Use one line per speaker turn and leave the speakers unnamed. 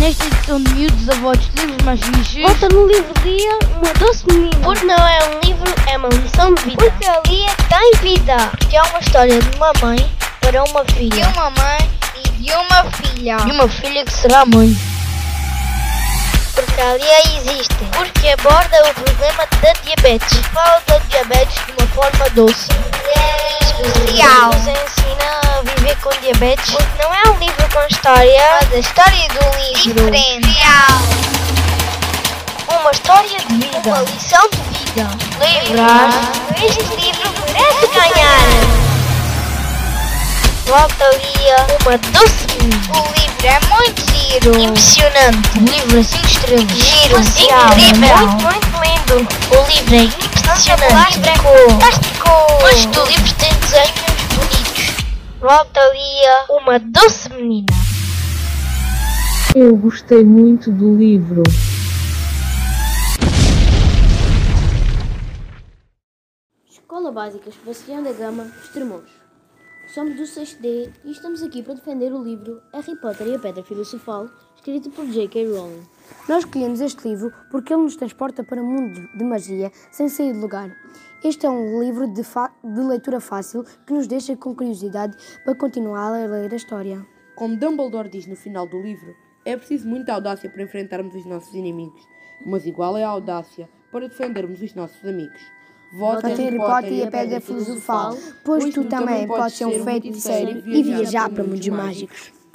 Nestes são miúdos avós livros mais bichos.
Volta no livro dia, mudou-se menino.
Porque não é um livro, é uma lição de vida.
Porque ali é que dá em vida.
Que é uma história de uma mãe para uma
de
filha.
uma mãe e de uma filha.
E uma filha que será mãe.
Porque ali a existe. Porque aborda o problema da diabetes. Fala da diabetes de uma forma doce.
especial.
Nos ensina a viver com diabetes. Porque não é um livro com história.
Mas a história do livro diferencial.
Uma história de vida. Uma lição de vida. Lembrar. Este livro merece ganhar. Volta Lia. Uma doce.
O livro é muito giro.
Impressionante.
Um livro a 5 estrelas.
Giro.
Especial,
assim Incrível.
manual.
é Muito, muito lindo. O livro é impressionante.
Fantástico.
Fantástico. Mas do livro tem desenhos bonitos. Volta Lia. Uma doce menina.
Eu gostei muito do livro.
Escola Básica Sebastião da Gama, Estremoz. Somos do 6D e estamos aqui para defender o livro Harry Potter e a Pedra Filosofal, escrito por J.K. Rowling.
Nós escolhemos este livro porque ele nos transporta para um mundo de magia sem sair de lugar. Este é um livro de, fa- de leitura fácil que nos deixa com curiosidade para continuar a ler a história.
Como Dumbledore diz no final do livro, é preciso muita audácia para enfrentarmos os nossos inimigos, mas igual é a audácia para defendermos os nossos amigos. Vota
Harry Potter e a
um
Pedra Filosofal, pois tu também podes ser um feiticeiro e viajar para mundos mágicos.